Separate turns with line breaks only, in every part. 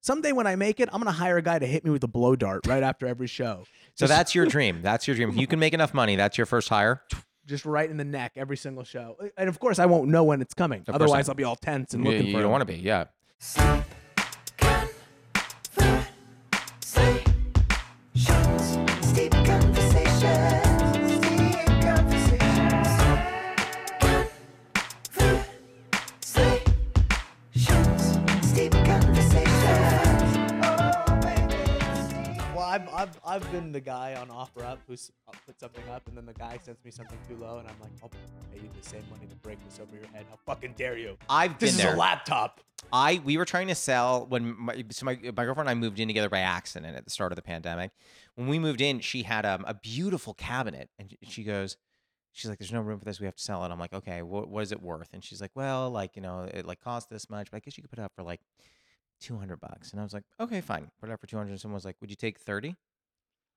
Someday when I make it, I'm gonna hire a guy to hit me with a blow dart right after every show.
So
Just-
that's your dream. That's your dream. If you can make enough money, that's your first hire.
just right in the neck every single show. And of course, I won't know when it's coming.
course
Otherwise,
not.
I'll be all tense and
You,
looking
you
for.
don't want to be. Yeah.
Deep conversations, deep conversations. Conversations, deep conversations. Oh, baby. deep
Well, I've, I've I've been the guy on offer up who's I'll put something up, and then the guy sends me something too low, and I'm like, I'll pay you the same money to break this over your head. How fucking dare you?
I've
This
been
is
there.
a laptop.
I we were trying to sell when my so my, my girlfriend and I moved in together by accident at the start of the pandemic. When we moved in, she had um, a beautiful cabinet, and she- she goes, she's like, "There's no room for this. We have to sell it." I'm like, "Okay, what what is it worth?" And she's like, "Well, like you know, it like cost this much, but I guess you could put it up for like 200 bucks." And I was like, "Okay, fine, put it up for 200." And someone was like, "Would you take 30?"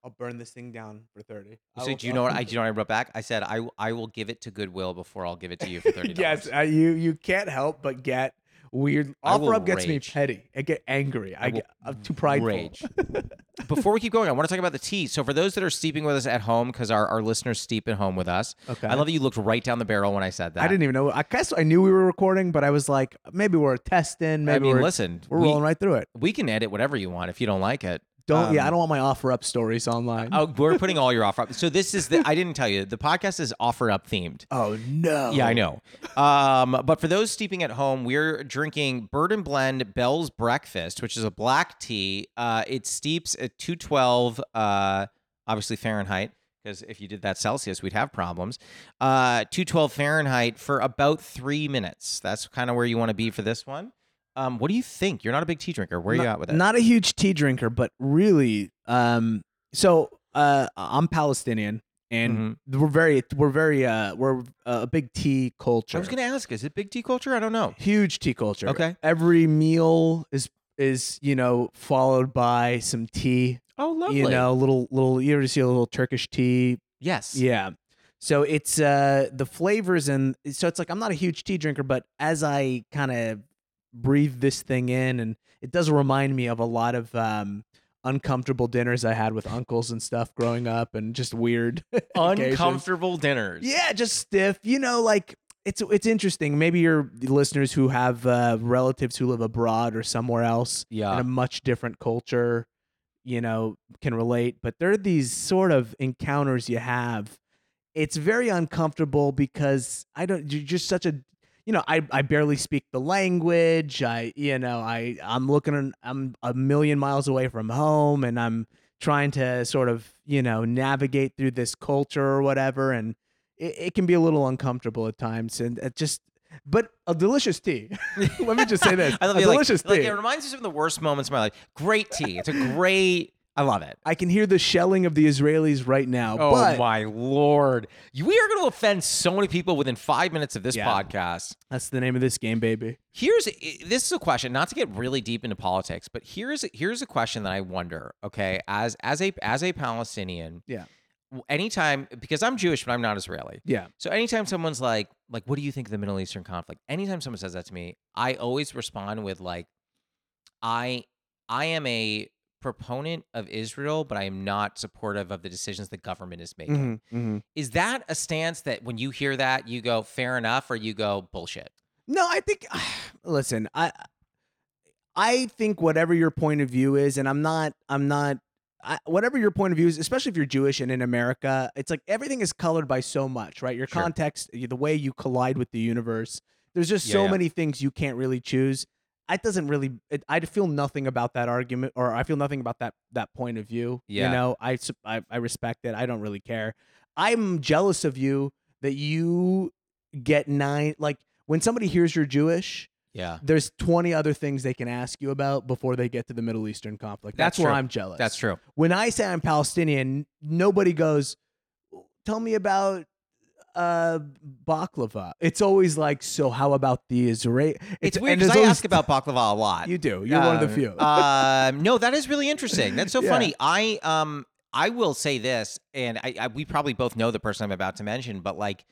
I'll burn this thing down for thirty. I
So
will-
do you know what I do? You know what I wrote back? I said, "I w- I will give it to Goodwill before I'll give it to you for 30."
yes, uh, you you can't help but get weird.
I will
Offer up gets me
rage.
petty. I get angry. I,
will
get I'm too prideful.
rage. Before we keep going, I want to talk about the tea. So for those that are steeping with us at home, because our, our listeners steep at home with us,
Okay.
I love that you looked right down the barrel when I said that.
I didn't even know. I guess I knew we were recording, but I was like, maybe we're testing. Maybe
I mean,
we're,
listen,
we're
we,
rolling right through it.
we can edit whatever you want if you don't like it.
Don't. yeah,
Um,
I don't want my offer up stories online.
Oh, we're putting all your offer up. So this is the I didn't tell you the podcast is offer up themed.
oh no.
Yeah, I know. Um, but for those steeping at home, we're drinking Bird and Blend Bell's Breakfast, which is a black tea. Uh, it steeps at 212, uh, obviously Fahrenheit, because if you did that Celsius, we'd have problems. Uh, 212 Fahrenheit for about three minutes. That's kind of where you want to be for this one. Um, what do you think? You're not a big tea drinker. Where are you
not,
at with it?
Not a huge tea drinker, but really, um, so uh, I'm Palestinian, and
Mm-hmm.
we're very, we're very, uh, we're uh, a big tea culture.
I was going to ask, is it big tea culture? I don't know.
huge tea culture.
Okay.
every meal is is you know followed by some tea.
Oh, lovely.
You know, little little. You ever see a little Turkish tea
yes.
Yeah. So it's uh the flavors and so it's like I'm not a huge tea drinker, but as I kind of breathe this thing in and it does remind me of a lot of um uncomfortable dinners I had with uncles and stuff growing up and just weird occasions.
Uncomfortable dinners.
Yeah, just stiff. You know, like it's it's interesting. Maybe your listeners who have uh, relatives who live abroad or somewhere else in
Yeah.
a much different culture, you know, can relate. But there are these sort of encounters you have. It's very uncomfortable because I don't. You're just such a, you know, I I barely speak the language. I you know I I'm looking. I'm a million miles away from home, and I'm trying to sort of you know navigate through this culture or whatever, and it, it can be a little uncomfortable at times, and it just. But a delicious tea. Let me just say this:
I love
a
you. Like,
delicious
like,
tea.
it reminds me of some of the worst moments of my life. Great tea. It's a great. I love it.
I can hear the shelling of the Israelis right now.
Oh,
but
my lord! You- We are going to offend so many people within five minutes of this
Yeah.
podcast.
that's the name of this game, baby.
Here's i- this is a question. Not to get really deep into politics, but here's here's a question that I wonder. Okay, as as a as a Palestinian,
Yeah.
w- Anytime because I'm Jewish, but I'm not Israeli.
Yeah.
So anytime someone's like, like, what do you think of the Middle Eastern conflict? Anytime someone says that to me, I always respond with like, I I am a proponent of Israel, but I am not supportive of the decisions the government is
Mm-hmm.
making. Is that a stance that when you hear that you go fair enough or you go bullshit?
No, I think. Listen, I, I think whatever your point of view is, and I'm not, I'm not, I, whatever your point of view is, especially if you're Jewish and in America, it's like everything is colored by so much, right? Your
Sure.
context, the way you collide with the universe. There's just
Yeah,
so
yeah.
many things you can't really choose. It doesn't really. It, I feel nothing about that argument, or I feel nothing about that that point of view.
Yeah.
You know, I, s- I I respect it. I don't really care. I'm jealous of you that you get nine. Like when somebody hears you're Jewish,
Yeah.
there's 20 other things they can ask you about before they get to the Middle Eastern conflict. That's,
That's
where
true.
I'm jealous.
That's true.
When I say I'm Palestinian, nobody goes, tell me about uh baklava. It's always like, so how about the Israel?
It's,
and
weird
there's
because I
always-
ask about baklava a lot.
You do. You're one of the
Um,
few.
um, no, that is really interesting. That's so
Yeah.
funny. I um I will say this, and I, I we probably both know the person I'm about to mention, but like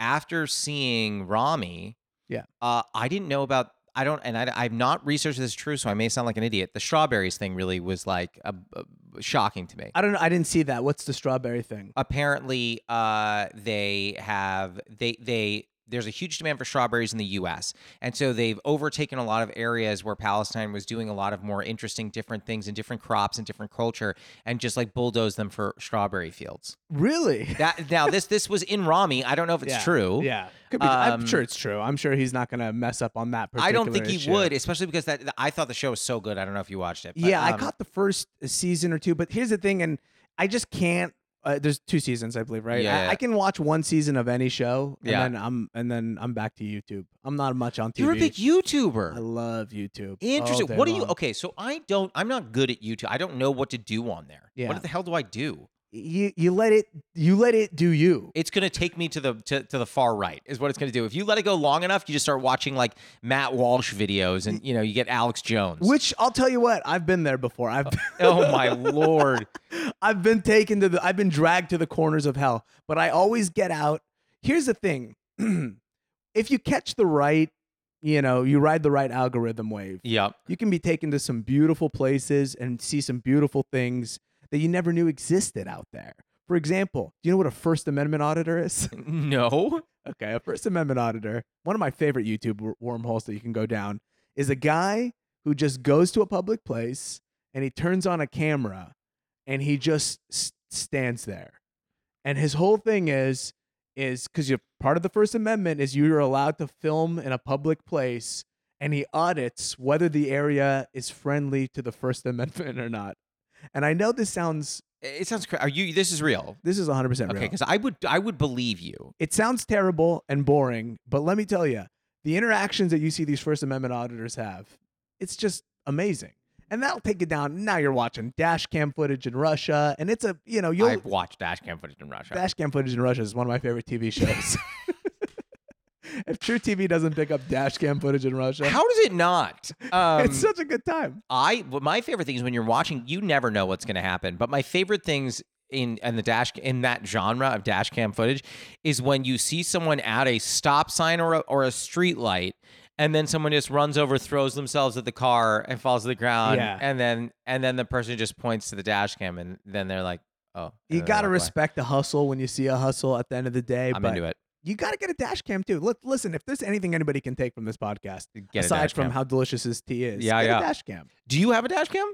after seeing Rami,
Yeah.
uh, I didn't know about. I don't, and I, I've not researched this true, so I may sound like an idiot. The strawberries thing really was like a, a- shocking to me.
I don't know. I didn't see that. What's the strawberry thing?
apparently uh, they have they they there's a huge demand for strawberries in the US. And so they've overtaken a lot of areas where Palestine was doing a lot of more interesting different things and different crops and different culture and just like bulldozed them for strawberry fields.
Really?
That now this this was in Rami. I don't know if it's
Yeah.
true.
Yeah. Could be,
Um,
I'm sure it's true. I'm sure he's not going to mess up on that particular
I don't think he
issue.
would, especially because that I thought the show was so good. I don't know if you watched it. but,
yeah, I
um,
caught the first season or two, but here's the thing, and I just can't. Uh, there's two seasons, I believe, right?
Yeah,
I,
yeah.
I can watch one season of any show, and
Yeah.
then I'm and then I'm back to YouTube. I'm not much on TV.
You're a big YouTuber.
I love YouTube. all
Interesting.
day
What do you?
long.
Okay, so I don't. I'm not good at YouTube. I don't know what to do on there.
Yeah.
What the hell do I do?
You you let it you let it do you.
It's gonna take me to the to, to the far right is what it's gonna do. If you let it go long enough, you just start watching like Matt Walsh videos, and you know you get Alex Jones.
Which I'll tell you what, I've been there before. I've
oh my lord!
I've been taken to the I've been dragged to the corners of hell, but I always get out. Here's the thing. if you catch the right, you know, you ride the right algorithm wave.
Yep.
You can be taken to some beautiful places and see some beautiful things that you never knew existed out there. For example, do you know what a First Amendment auditor is?
No.
okay, a First Amendment auditor, one of my favorite YouTube wor- wormholes that you can go down, is a guy who just goes to a public place and he turns on a camera and he just s- stands there. And his whole thing is, is because you're part of the First Amendment is you're allowed to film in a public place and he audits whether the area is friendly to the First Amendment or not. And I know this sounds,
It sounds crazy. Are you? This is real.
this is 100% real.
Okay, because I would I would believe you.
It sounds terrible and boring, but let me tell you, the interactions that you see these First Amendment auditors have, it's just amazing. And that'll take it down. Now you're watching dash cam footage in Russia, and it's a you know you'll
I've watched dash cam footage in Russia.
dash cam footage in Russia is one of my favorite TV shows. if True TV doesn't pick up dash cam footage in Russia,
How does it not? Um,
it's such a good time.
I well, my favorite thing is when you're watching, you never know what's going to happen. But my favorite things in and the dash in that genre of dash cam footage is when you see someone at a stop sign or a, or a street light, and then someone just runs over, throws themselves at the car, and falls to the ground.
Yeah.
And then and then the person just points to the dash cam, and then they're like, "Oh, and
You
then they
gotta
walk away.
respect the hustle when you see a hustle at the end of the day.
I'm
but
into it.
you gotta get a dash cam too. Look, listen, if there's anything anybody can take from this podcast,
Get a
aside
dash
from
cam.
how delicious his tea is,
Yeah,
get
yeah.
a dash cam.
do you have a dash cam?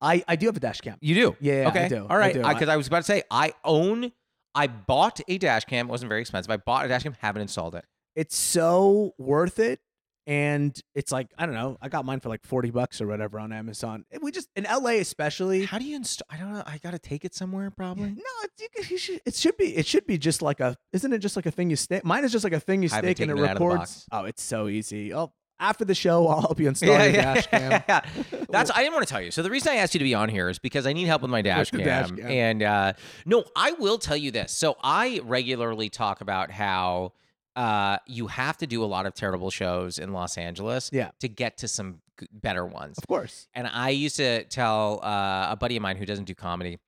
I, I do have a dash cam.
You do.
Yeah, yeah, I
okay.
do.
All
I
right.
do.
Because I, was about to say I own. I bought a dash cam. It wasn't very expensive. I bought a dash cam. Haven't installed it.
It's so worth it. And it's like, I don't know, I got mine for like 40 bucks or whatever on Amazon. And We just, in LA especially.
How do you install? I don't know. I gotta take it somewhere
No,
probably.
it's- you, could- you should, it should be it should be just like a isn't it just like a thing you stick? Mine is just like a thing you
I haven't
stick and it
taken it out of the
records.
box.
Oh, it's so easy. Oh, after the show, I'll help you install your dash cam.
That's I didn't want to tell you. So the reason I asked you to be on here is because I need help with my dash
the
cam.
dash cam.
And uh, no, I will tell you this. So I regularly talk about how uh, you have to do a lot of terrible shows in Los Angeles
Yeah.
to get to some g- better ones.
Of course.
And I used to tell uh, a buddy of mine who doesn't do comedy,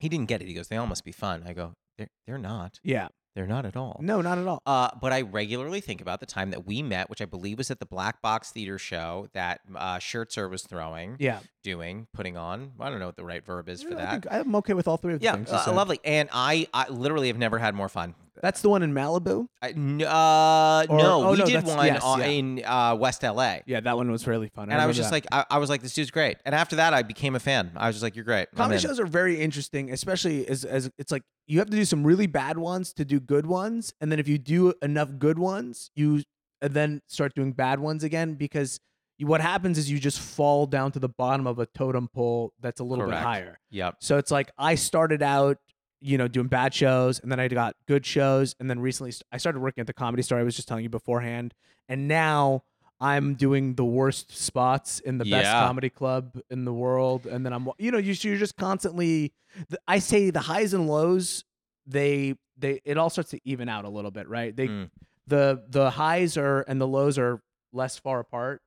he didn't get it. He goes, "They all must be fun." I go, "They're they're not.
Yeah.
They're not at all."
No, not at all.
Uh, but I regularly think about the time that we met, which I believe was at the Black Box Theater show that uh, Schertzer was throwing,
Yeah.
doing, putting on. I don't know what the right verb is for
I
that.
think I'm okay with all three of the
Yeah,
things. you
uh,
said.
lovely. And I, I literally have never had more fun.
That's the one in Malibu.
I, n- uh,
Or-
no,
oh,
we
no,
did
that's-
one
yes,
on-
yeah.
in uh, West LA.
Yeah, that one was really fun.
And I was
remember
just
that.
like, I, I was like, this dude's great. And after that, I became a fan. I was just like, you're great. I'm
comedy
in.
shows are very interesting, especially as as it's like you have to do some really bad ones to do good ones, and then if you do enough good ones, you and then start doing bad ones again because you, what happens is you just fall down to the bottom of a totem pole that's a little
Correct.
bit higher.
Yep.
So it's like I started out, you know, doing bad shows, and then I got good shows, and then recently st- I started working at the Comedy Store. I was just telling you beforehand, and now I'm doing the worst spots in the best
Yeah.
comedy club in the world, and then I'm, you know, you, you're just constantly. th- I say the highs and lows, they they it all starts to even out a little bit, right? They
Mm.
the the highs are and the lows are less far apart.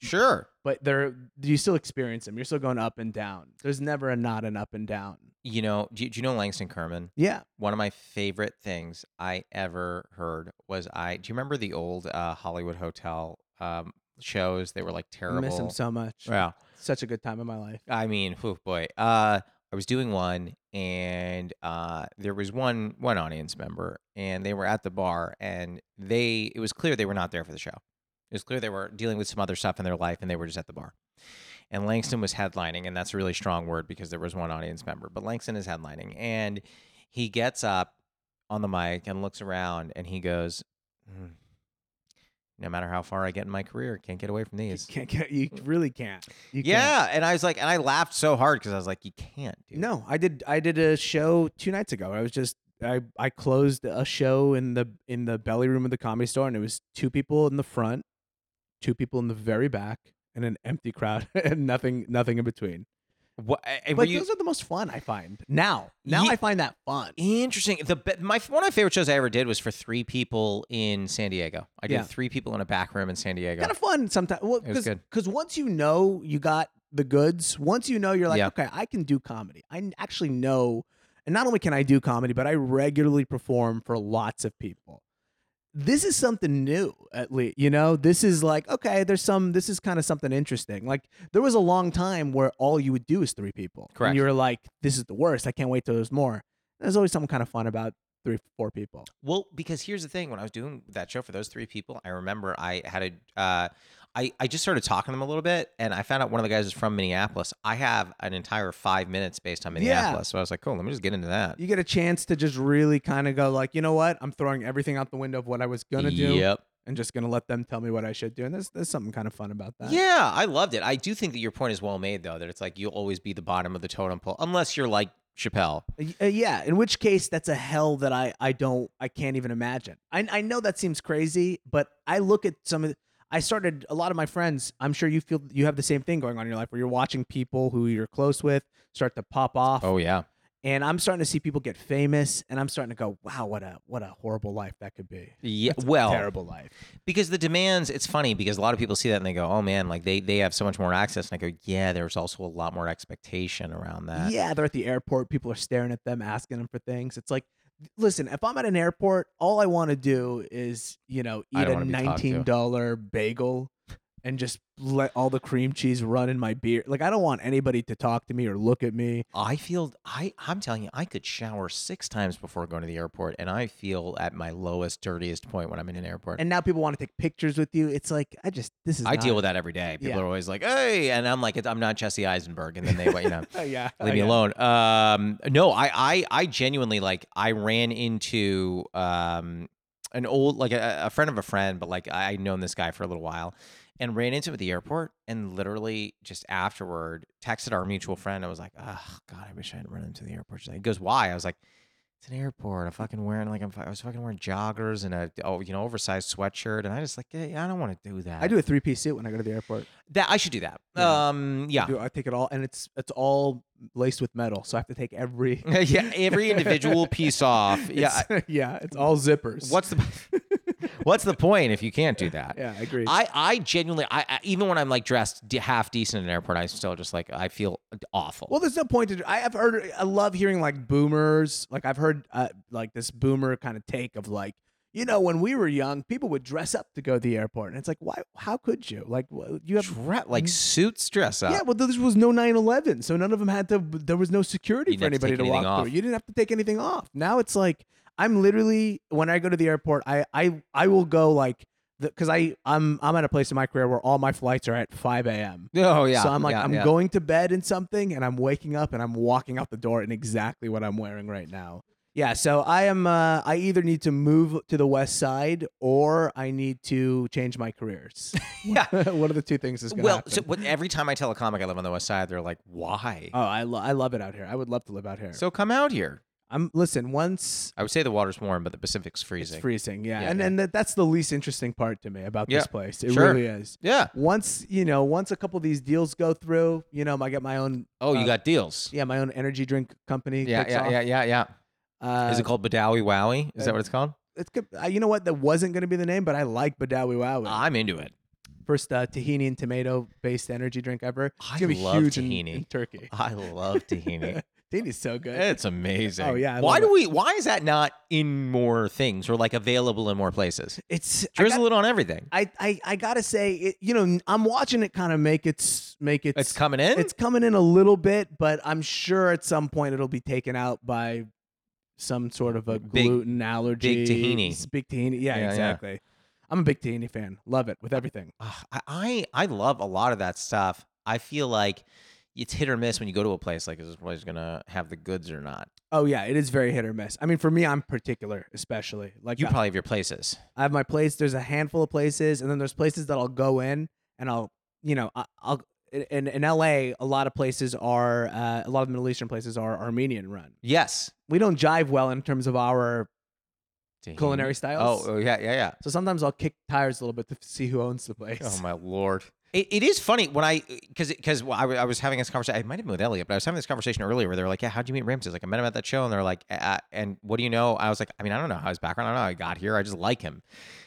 Sure.
But they're you still experience them. You're still going up and down. There's never a not an up and down.
You know, do, you- do you know Langston Kerman?
Yeah.
One of my favorite things I ever heard was I. Do you remember the old uh, Hollywood Hotel um, shows. They were like
I
terrible.
miss him so much.
yeah.
Such a good time in my life.
I mean, whew, boy. Uh, I was doing one, and uh, there was one one audience member, and they were at the bar, and they it was clear they were not there for the show. It was clear they were dealing with some other stuff in their life, and they were just at the bar. And Langston was headlining, and that's a really strong word because there was one audience member, but Langston is headlining, and he gets up on the mic and looks around, and he goes. "Hmm, No matter how far I get in my career, can't get away from
You
these.
can't, can't- you really can't. You can't.
Yeah, and I was like, and I laughed so hard because I was like, you can't, dude.
No, I did. I did a show two nights ago. I was just I I closed a show in the in the belly room of the comedy store, and it was two people in the front, two people in the very back, and an empty crowd, and nothing nothing in between.
What, I- I- eh, were
But
you-
those are the most fun I find now. Now
Ye-
I find that fun.
interesting. The be- my one of my favorite shows I ever did was for three people in San Diego. I did
Yeah.
three people in a back room in San Diego.
Kind of fun sometimes. Well,
It was
because
good.
because once you know you got the goods, once you know you're like,
Yeah.
okay, I can do comedy. I n- actually know, and not only can I do comedy, but I regularly perform for lots of people. This is something new, at least. You know, this is like, okay, there's some, this is kind of something interesting. Like, there was a long time where all you would do is three people.
Correct.
And you were like, this is the worst. I can't wait till there's more. There's always something kind of fun about three, four people.
Well, because here's the thing: when I was doing that show for those three people, I remember I had a, uh, I I just started talking to them a little bit, and I found out one of the guys is from Minneapolis. I have an entire five minutes based on
Yeah.
Minneapolis, so I was like, cool, let me just get into that.
you get a chance to just really kind of go like, you know what? I'm throwing everything out the window of what I was gonna do,
Yep.
and just gonna let them tell me what I should do. And there's there's something kind of fun about that.
Yeah, I loved it. I do think that your point is well made, though, that it's like you'll always be the bottom of the totem pole unless you're like Chappelle.
Y- uh, yeah. In which case, that's a hell that I I don't I can't even imagine. I I know that seems crazy, but I look at some of. the- I started a lot of my friends. I'm sure you feel you have the same thing going on in your life where you're watching people who you're close with start to pop off.
yeah,
And I'm starting to see people get famous and I'm starting to go, wow, what a what a horrible life that could be.
yeah.
That's a
well,
terrible life.
because the demands. It's funny because a lot of people see that and they go, "Oh man, like they they have so much more access." And I go, "Yeah, there's also a lot more expectation around that."
Yeah, they're at the airport. People are staring at them, asking them for things. It's like, listen, if I'm at an airport, all I want to do is, you know,
I
eat
don't
a
wanna be talked to.
$19 bagel and just let all the cream cheese run in my beer. Like, I don't want anybody to talk to me or look at me.
I feel I I'm telling you, I could shower six times before going to the airport, and I feel at my lowest, dirtiest point when I'm in an airport.
And now people want to take pictures with you. It's like, I just, this is.
I deal
not-
with that every day. People
Yeah.
are always like, "Hey," and I'm like, "I'm not Jesse Eisenberg," and then they, you know.
Oh, yeah.
leave me alone um no I, I i genuinely like i ran into um an old like a, a friend of a friend but like i I'd known this guy for a little while and ran into him at the airport and literally just afterward texted our mutual friend i was like oh god i wish i hadn't run into the airport today." he goes why i was like it's an airport i'm fucking wearing like i'm fu- i was fucking wearing joggers and a oh you know oversized sweatshirt and i just like "Hey, i don't want to do that
I do a three piece suit when I go to the airport.
that i should do that
Yeah.
um yeah
I, do, I take it all, and it's it's all laced with metal, so I have to take every
yeah every individual piece off Mm. yeah I-
It's- yeah, it's all zippers.
What's the What's the point if you can't do that?
Yeah, I agree.
I, I genuinely I, I even when I'm like dressed de- half decent in an airport, I'm still just like I feel awful.
Well, there's no point to. I have heard. I love hearing like boomers. Like I've heard uh, like this boomer kind of take of like, you know, when we were young, people would dress up to go to the airport, and it's like, why? How could you? Like wh- you have.
Dre- like suits dress up.
Yeah, well, there was no 9/11, so none of them had to. There was no security
You
for
didn't have to
anybody to
take
walk
anything
through.
off.
You didn't have to take anything off. Now it's like I'm literally when I go to the airport, I I I will go like because I I'm I'm at a place in my career where all my flights are at 5 a.m.
Oh yeah.
So I'm like,
yeah,
I'm
yeah.
going to bed in something, and I'm waking up, and I'm walking out the door in exactly what I'm wearing right now. Yeah. So I am. Uh, I either need to move to the west side, or I need to change my careers.
Yeah.
One of the two things is going to
Well,
happen.
so what, every time I tell a comic I live on the west side, they're like, "Why?"
oh, I lo- I love it out here. I would love to live out here. So
so come out here.
I'm listen. Once
I would say the water's warm, but the Pacific's freezing.
it's freezing, yeah,
Yeah,
and
yeah.
and that, that's the least interesting part to me about this
Yeah,
place. It
sure.
really is.
yeah.
Once you know, once a couple of these deals go through, you know, I get my own.
Oh, you
Uh,
got deals.
Yeah, my own energy drink company.
Yeah,
kicks
yeah,
off.
yeah, yeah, yeah.
Uh,
Is it called Badawi Wowie? Is
uh,
that what it's called?
it's good. Uh, you know what? That wasn't going to be the name, but I like Badawi Wowie.
I'm into it.
First uh, tahini and tomato based energy drink ever. It's
I
gonna be
love
huge in-
tahini.
In, Turkey.
I love tahini.
Dini's so good.
It's amazing.
Oh, yeah, I
why
love
do
it.
we? Why is that not in more things or like available in more places?
it's I
Drizzle
got-
it on everything.
I, I, I gotta say, it, you know, I'm watching it kind of make its make its
It's coming in.
it's coming in a little bit, but I'm sure at some point it'll be taken out by some sort of a
Big-
gluten allergy.
tahini.
It's Big tahini. Yeah,
Yeah, yeah.
exactly. I'm a big tahini fan. Love it with everything.
Ugh, I, I I love a lot of that stuff. I feel like it's hit or miss when you go to a place. Like, is this place gonna have the goods or not?
Oh yeah, it is very hit or miss. I mean, for me, I'm particular, especially like
You
I-
probably have your places.
I have my place. There's a handful of places, and then there's places that I'll go in and I'll, you know, I- I'll. In, in LA, a lot of places are, uh, a lot of Middle Eastern places are Armenian run.
Yes.
We don't jive well in terms of our
Tahini.
culinary styles.
Oh, oh, yeah, yeah, yeah.
So sometimes I'll kick tires a little bit to see who owns the place.
Oh my lord! It, it is funny when I because because I, w- I was having this conversation. I might have been with Elliot, but I was having this conversation earlier where they were like, "Yeah, how'd you meet Ramses?" Like I met him at that show, and they're like, uh, "And what do you know?" I was like, "I mean, I don't know how his background. I don't know how he got here. I just like him.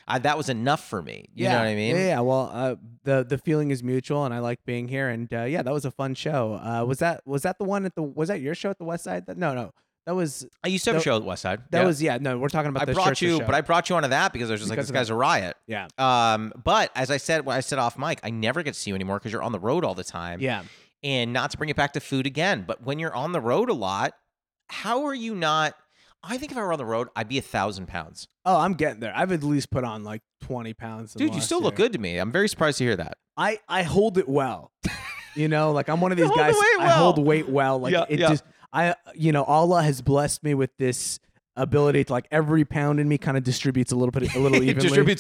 I, that was enough for me. You
yeah.
know what I mean?
Yeah, yeah. Well, uh, the the feeling is mutual, and I like being here. And uh, yeah, that was a fun show. Uh, was that was that the one at the was that your show at the West Side? That, no, no, that was
I used to have
That-
a show at West Side.
that
Yeah.
was yeah. No, we're talking about
I
the
brought
Shirts
you,
show.
but I brought you onto that because I was just like,
Because
"This
of that.
guy's a riot."
yeah
Um, but as I said, when I said off mic, I never get to see you anymore because you're on the road all the time.
yeah.
and not to bring it back to food again, but when you're on the road a lot, how are you not? I think if I were on the road, I'd be a thousand pounds.
Oh, I'm getting there. I've at least put on like 20 pounds. in the
Dude, you
last
still look
year.
good to me. I'm very surprised to hear that.
I, I hold it well. you know, like I'm one of
You
these
hold the
guys.
weight
I hold
well.
weight well. Like
Yeah,
it
yeah.
just, I, you know, Allah has blessed me with this ability to like every pound in me kind of distributes a little bit, a little evenly.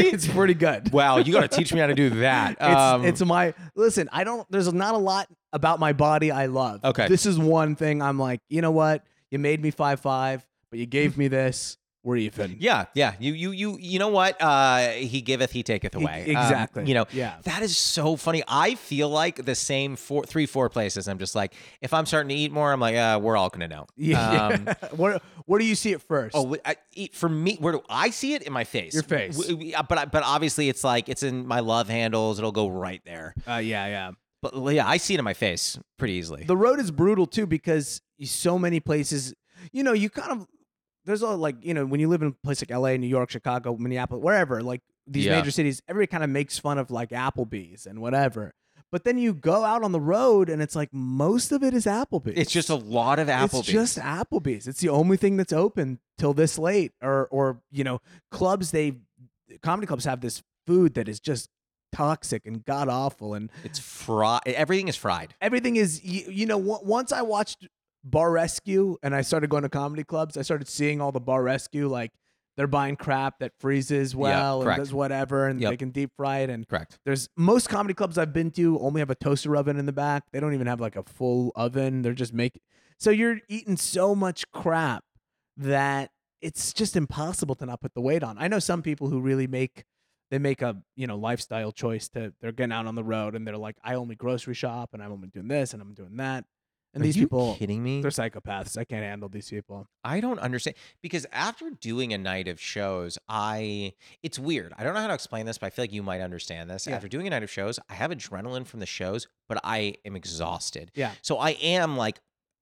it's pretty good.
wow, you got to teach me how to do that.
It's,
Um,
it's my listen. I don't. There's not a lot about my body I love.
Okay.
this is one thing I'm like. You know what? You made me five five, but you gave me this. We're even.
yeah, yeah. You, you, you. You know what? Uh, he giveth, he taketh away. Um,
E- exactly.
you know.
Yeah.
That is so funny. I feel like the same four, three, four places. I'm just like, if I'm starting to eat more, I'm like, uh, we're all gonna know.
Yeah.
Um,
where where do you see it first?
Oh, I, it- for me, where do I see it in my face?
Your face.
W- w- but I- but obviously, it's like it's in my love handles. It'll go right there.
uh, yeah, yeah.
But yeah, I see it in my face pretty easily.
The road is brutal too because you- so many places, you know, you kind of there's all like you know when you live in a place like L.A., New York, Chicago, Minneapolis, wherever, like these
Yeah.
major cities, everybody kind of makes fun of like Applebee's and whatever. But then you go out on the road and it's like most of it is Applebee's.
it's just a lot of Applebee's.
It's just Applebee's. It's the only thing that's open till this late, or or you know, clubs they comedy clubs have this food that is just toxic and god awful and
it's fried. Everything is fried.
everything is you, you know on- once i watched bar rescue and i started going to comedy clubs i started seeing all the bar rescue like they're buying crap that freezes well and
correct.
does whatever and
Yep.
they can deep fry it and
Correct.
there's most comedy clubs i've been to only have a toaster oven in the back they don't even have like a full oven they're just making so you're eating so much crap that it's just impossible to not put the weight on i know some people who really make they make a you know lifestyle choice to they're getting out on the road and they're like i only grocery shop and i'm only doing this and i'm doing that and
Are
these
you
people
kidding me?
they're psychopaths i can't handle these people
I don't understand because after doing a night of shows, I it's weird. I don't know how to explain this, but I feel like you might understand this.
Yeah.
After doing a night of shows, I have adrenaline from the shows, but I am exhausted.
Yeah.
So I am like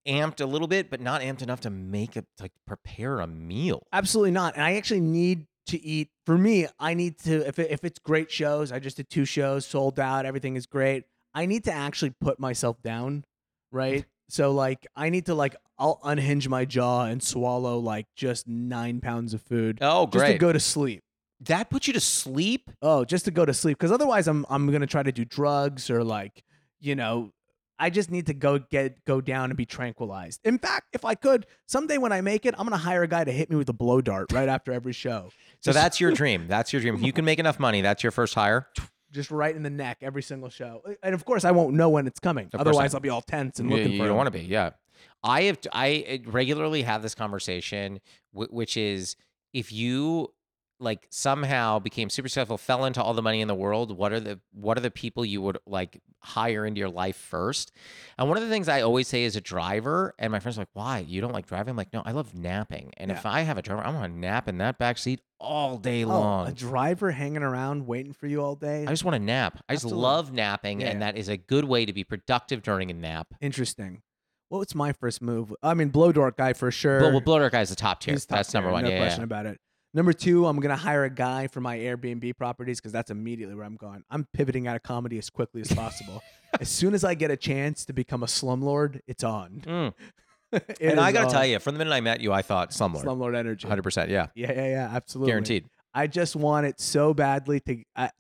amped a little bit, but not amped enough to make a like prepare a meal.
Absolutely not. And I actually need to eat. For me, I need to if it, if it's great shows. I just did two shows, sold out. Everything is great. I need to actually put myself down, right? So like I need to like I'll unhinge my jaw and swallow like just nine pounds of food
Oh,
just to
great.
go to sleep.
that puts you to sleep?
Oh, just to go to sleep because otherwise I'm I'm gonna try to do drugs or like you know I just need to go get go down and be tranquilized. In fact, if I could someday when I make it, I'm gonna hire a guy to hit me with a blow dart right after every show.
So
Just-
that's your dream. That's your dream. If you can make enough money, that's your first hire.
just right in the neck every single show. And of course, I won't know when it's coming.
course
Otherwise,
not.
I'll be all tense and
Yeah,
looking
you
for
don't
him.
want to be. Yeah, I have. I eh, regularly have this conversation, wh- which is if you like somehow became super successful, fell into all the money in the world. What are the what are the people you would like hire into your life first? And one of the things I always say is a driver, and my friends are like, "Why you don't like driving?" I'm like, "No, I love napping. And
Yeah.
if I have a driver, I'm gonna nap in that back seat all day
Oh,
long."
a driver hanging around waiting for you all day.
I just want to nap. I just
Absolutely.
love napping,
Yeah,
and
yeah.
that is a good way to be productive during a nap.
Interesting. What was my first move? I mean, Blow Dork guy for sure.
But well, Blow Dark Guy's the top tier.
He's top
that's number
tier,
one.
No
yeah, yeah,
question about it. Number two, I'm gonna hire a guy for my Airbnb properties because that's immediately where I'm going. I'm pivoting out of comedy as quickly as possible. as soon as I get a chance to become a slumlord, it's on.
yeah. Mm.
It
And I
is
gotta
on.
tell you, from the minute I met you, I thought Slumlord,
slumlord energy.
100. percent Yeah,
Yeah, yeah, yeah, absolutely.
guaranteed.
I just want it so badly to I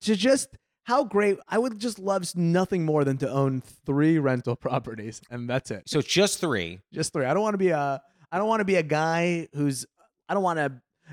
to just how great I would just love s- nothing more than to own three rental properties and that's it.
So just three.
Just three. I don't want to be a I don't want to be a guy who's I don't want to.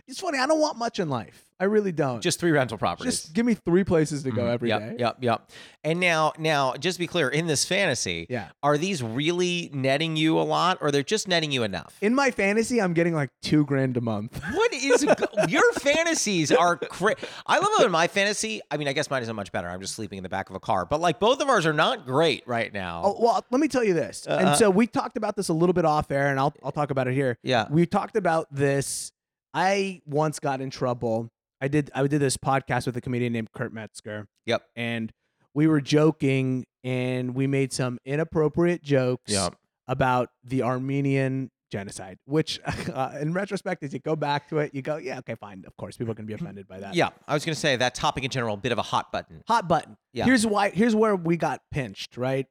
It's funny. I don't want much in life. I really don't.
Just three rental properties.
just give me three places to go
Mhm.
every day.
yep, Yep, yep. And now, now, just to be clear, in this fantasy,
Yeah.
are these really netting you a lot, or they're just netting you enough?
In my fantasy, I'm getting like two grand a month.
What is go- your fantasies are cra- I love it in my fantasy. I mean, I guess mine isn't much better. I'm just sleeping in the back of a car, but like both of ours are not great right now.
Oh, well, let me tell you this.
Uh,
and so we talked about this a little bit off air, and I'll I'll talk about it here.
yeah.
we talked about this. I once got in trouble. I did I did this podcast with a comedian named Kurt Metzger,
Yep.
and we were joking and we made some inappropriate jokes
Yeah.
about the Armenian genocide, which uh, in retrospect, as you go back to it, you go, yeah, okay, fine. Of course, people are going to be offended by that.
Yeah. I was gonna say that topic in general, a bit of a hot button.
Hot button.
Yeah.
Here's why here's where we got pinched, right?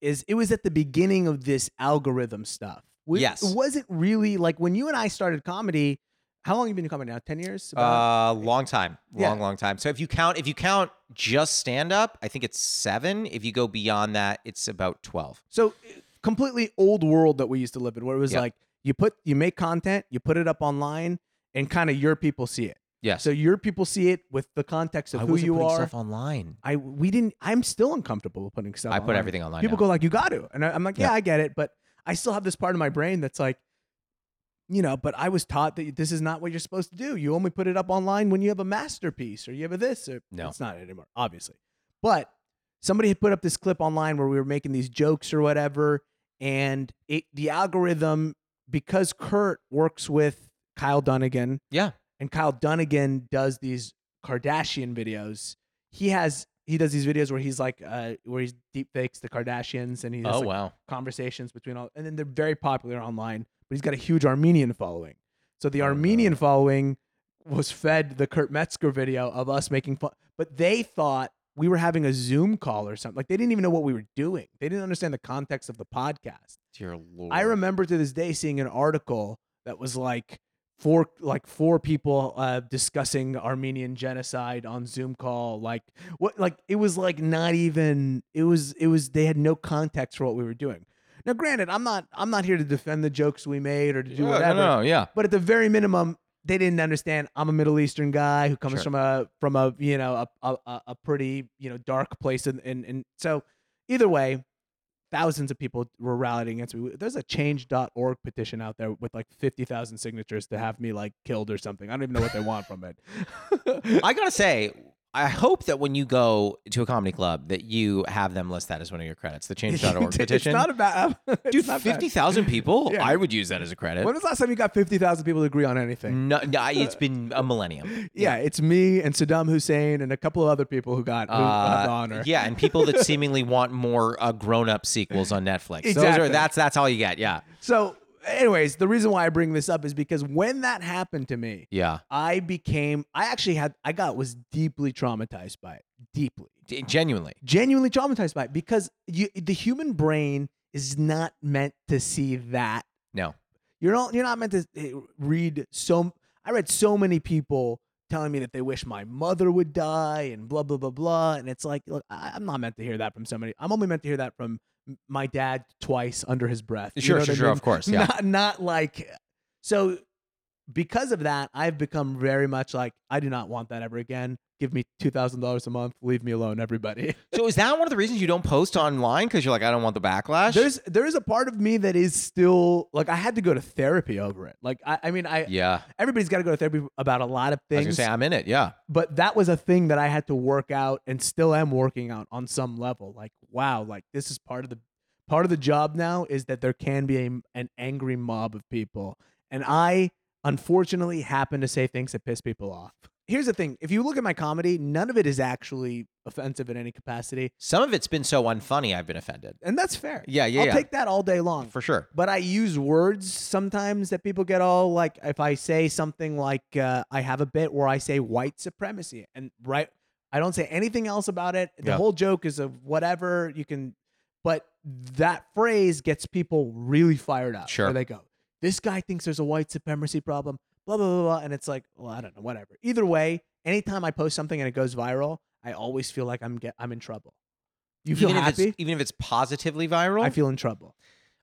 Is it was at the beginning of this algorithm stuff. We-
Yes.
It wasn't really like when you and I started comedy, how long have you been in comedy now? Ten years? About?
Uh, long time,
Yeah.
long, long time. So if you count, if you count just stand up, I think it's seven. If you go beyond that, it's about twelve.
so completely old world that we used to live in, where it was
Yeah.
like you put you make content, you put it up online, and kind of your people see it.
Yes.
So your people see it with the context of
I
who
wasn't
you
putting
are.
stuff online.
I we didn't. I'm still uncomfortable with putting stuff.
I put
online.
everything online.
People
now.
go like, "You got to," and I, I'm like, yeah,
Yeah.
I get it," but I still have this part of my brain that's like, you know, but I was taught that this is not what you're supposed to do. You only put it up online when you have a masterpiece or you have a this. Or,
No.
it's not anymore, obviously. But somebody had put up this clip online where we were making these jokes or whatever, and it the algorithm because Kurt works with Kyle Dunnigan,
Yeah.
and Kyle Dunnigan does these Kardashian videos. He has he does these videos where he's like uh where he's deep fakes the Kardashians and he has
oh
like,
wow.
conversations between all and then they're very popular online, but he's got a huge Armenian following. So the
Oh,
Armenian
no.
following was fed the Kurt Metzger video of us making fun but they thought we were having a Zoom call or something. Like they didn't even know what we were doing. They didn't understand the context of the podcast.
Dear lord.
I remember to this day seeing an article that was like four like four people uh, discussing Armenian genocide on Zoom call. Like what? Like it was like not even. It was it was they had no context for what we were doing. Now, granted, I'm not I'm not here to defend the jokes we made or to do
Yeah,
whatever.
No, no, yeah.
But at the very minimum, they didn't understand. I'm a Middle Eastern guy who comes
Sure.
from a from a you know a a, a pretty you know dark place, and and, and so either way, thousands of people were rallying against me. There's a Change.org petition out there with like fifty thousand signatures to have me like killed or something. I don't even know what they want from it.
I gotta say, I hope that when you go to a comedy club that you have them list that as one of your credits. The change.org
It's
petition.
not about
Dude, fifty thousand people.
Yeah.
I would use that as a credit.
When was the last time you got fifty thousand people to agree on anything?
No, no, I- it's been a millennium.
Yeah, it's me and Saddam Hussein and a couple of other people who got who got the
Uh,
honor.
yeah, and people that seemingly want more uh, grown-up sequels on Netflix. Those
Exactly.
are that's that's all you get. Yeah,
So, anyways, the reason why I bring this up is because when that happened to me,
yeah.
I became, I actually had, I got, was deeply traumatized by it. Deeply.
G- genuinely,
Genuinely traumatized by it because you, the human brain is not meant to see that.
no.
You're not, you're not meant to eh, read so, I read so many people telling me that they wish my mother would die and blah, blah, blah, blah. And it's like, look, I, I'm not meant to hear that from somebody. I'm only meant to hear that from m- my dad twice under his breath. You
Sure,
know what
sure,
I
sure.
mean?
Of course, yeah.
Not not like so because of that, I've become very much like I do not want that ever again. Give me two thousand dollars a month. Leave me alone, everybody.
so is that one of the reasons you don't post online because you're like, I don't want the backlash?
There's there is a part of me that is still like I had to go to therapy over it. Like I, I mean I
yeah.
everybody's got to go to therapy about a lot of
I was gonna
things,
say I'm in it. Yeah.
but that was a thing that I had to work out and still am working out on some level. Like wow, like this is part of the part of the job now is that there can be a, an angry mob of people, and I unfortunately happen to say things that piss people off. here's the thing: if you look at my comedy, none of it is actually offensive in any capacity,
Some of it's been so unfunny, I've been offended.
and that's fair.
Yeah, yeah,
I'll
yeah.
take that all day long.
for sure.
but I use words sometimes that people get all like if I say something like uh, I have a bit where I say white supremacy and right I don't say anything else about it. The
Yeah.
whole joke is of whatever you can but that phrase gets people really fired up.
Sure.
Where they go, This guy thinks there's a white supremacy problem, blah blah blah blah. And it's like, well, I don't know, whatever. Either way, anytime I post something and it goes viral, I always feel like I'm get I'm in trouble. You feel
even If
happy?
it's, even if it's positively viral,
I feel in trouble.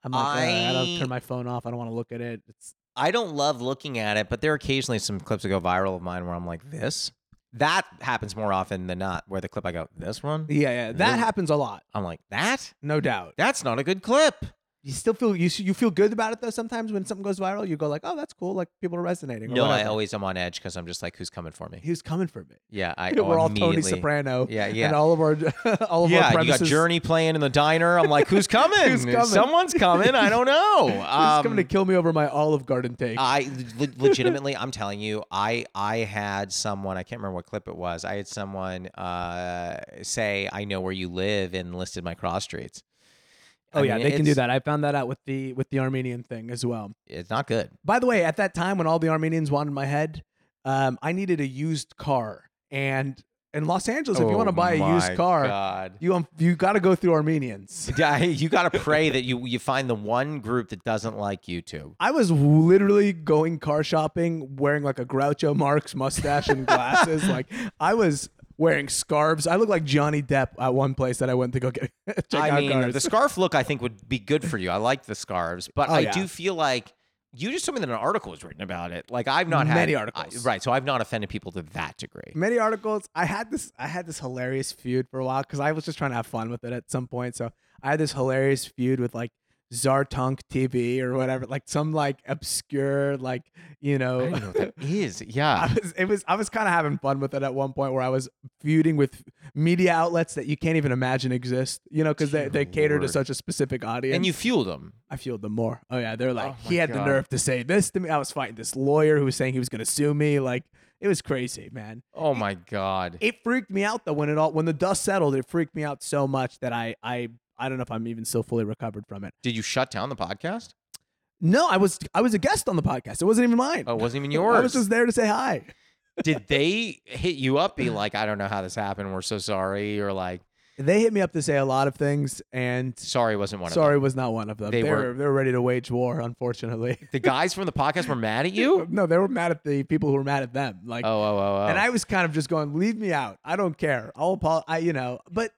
I'm like, I, I don't
I-
turn my phone off. I don't want to look at it. It's
I don't love looking at it, but there are occasionally some clips that go viral of mine where I'm like, this? That happens more often than not, where the clip I go, this one?
yeah, yeah. That
Mhm.
happens a lot,
I'm like, that?
no doubt.
That's not a good clip.
You still feel you s- you feel good about it though. Sometimes when something goes viral, you go like, oh, that's cool. Like people are resonating. or
No, I
whatever.
always am on edge because I'm just like, who's coming for me?
he was coming for me.
Yeah, I
We're all Tony
immediately-
Soprano.
Yeah, yeah.
And all of our all of our
yeah, you
premises.
got Journey playing in the diner. I'm like, who's coming?
Who's coming?
Someone's coming. I don't know.
He's coming to
Um,
kill me over my Olive Garden take.
I le- legitimately, I'm telling you, I I had someone I can't remember what clip it was. I had someone uh, say, "I know where you live," and listed my cross streets.
oh
I
yeah,
mean,
they can do
it's-
that. I found that out with the with the Armenian thing as well.
It's not good.
By the way, at that time when all the Armenians wanted my head, um, I needed a used car, and in Los Angeles, if you want to
Oh
buy a used
my
car,
God.
you um, you got to go through Armenians.
Yeah, you got to pray that you you find the one group that doesn't like YouTube.
I was literally going car shopping wearing like a Groucho Marx mustache and glasses. like I was wearing scarves. I looked like Johnny Depp at one place that I went to go get check
I
out
mean,
cars.
the scarf look I think would be good for you. I like the scarves, but
Oh,
I
yeah.
do feel like you just told me that an article was written about it. Like I've not had
Many
I-
articles.
right? So I've not offended people to that degree.
many articles. I had this I had this hilarious feud for a while because I was just trying to have fun with it at some point. So I had this hilarious feud with like Zartunk TV or whatever, like some like obscure like you know.
I don't know what that is. Yeah.
I was it was I was kind of having fun with it at one point where I was feuding with media outlets that you can't even imagine exist, you know, because they,
Dear
they cater to
Lord.
such a specific audience.
and you fueled them.
I fueled them more. Oh yeah, they're like
Oh my
he had the
God.
nerve to say this to me. I was fighting this lawyer who was saying he was gonna sue me. Like it was crazy, man.
Oh my god.
It freaked me out though when it all when the dust settled. It freaked me out so much that I I I don't know if I'm even still fully recovered from it.
Did you shut down the podcast?
No, I was I was a guest on the podcast. It wasn't even mine.
Oh, it wasn't even
I
yours.
was just there to say hi.
Did they hit you up? Be like, I don't know how this happened. We're so sorry, or like,
They hit me up to say a lot of things and
sorry wasn't one
Sorry
of them.
was not one of them. They,
They
were
were-
they were ready to wage war, unfortunately.
The guys from the podcast were mad at
Oh
you.
no, they were mad at the people who were mad at them. Like,
Oh, oh, oh, oh.
and I was kind of just going, "Leave me out. I don't care. I'll apologize." I, you know, but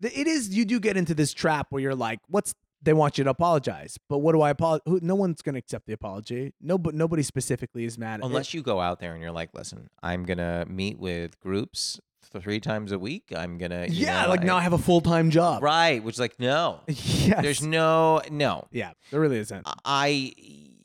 the, it is you do get into this trap where you're like, "What's they want you to apologize?" But what do I apologize? No one's going to accept the apology. No, but nobody specifically is mad. at
Unless you go out there and you're like, listen, I'm gonna meet with groups three times a week. I'm gonna, you
yeah,
know,
like now I have a full time job.
right? Which is like, no,
Yes.
there's no, no.
yeah, there really isn't.
I,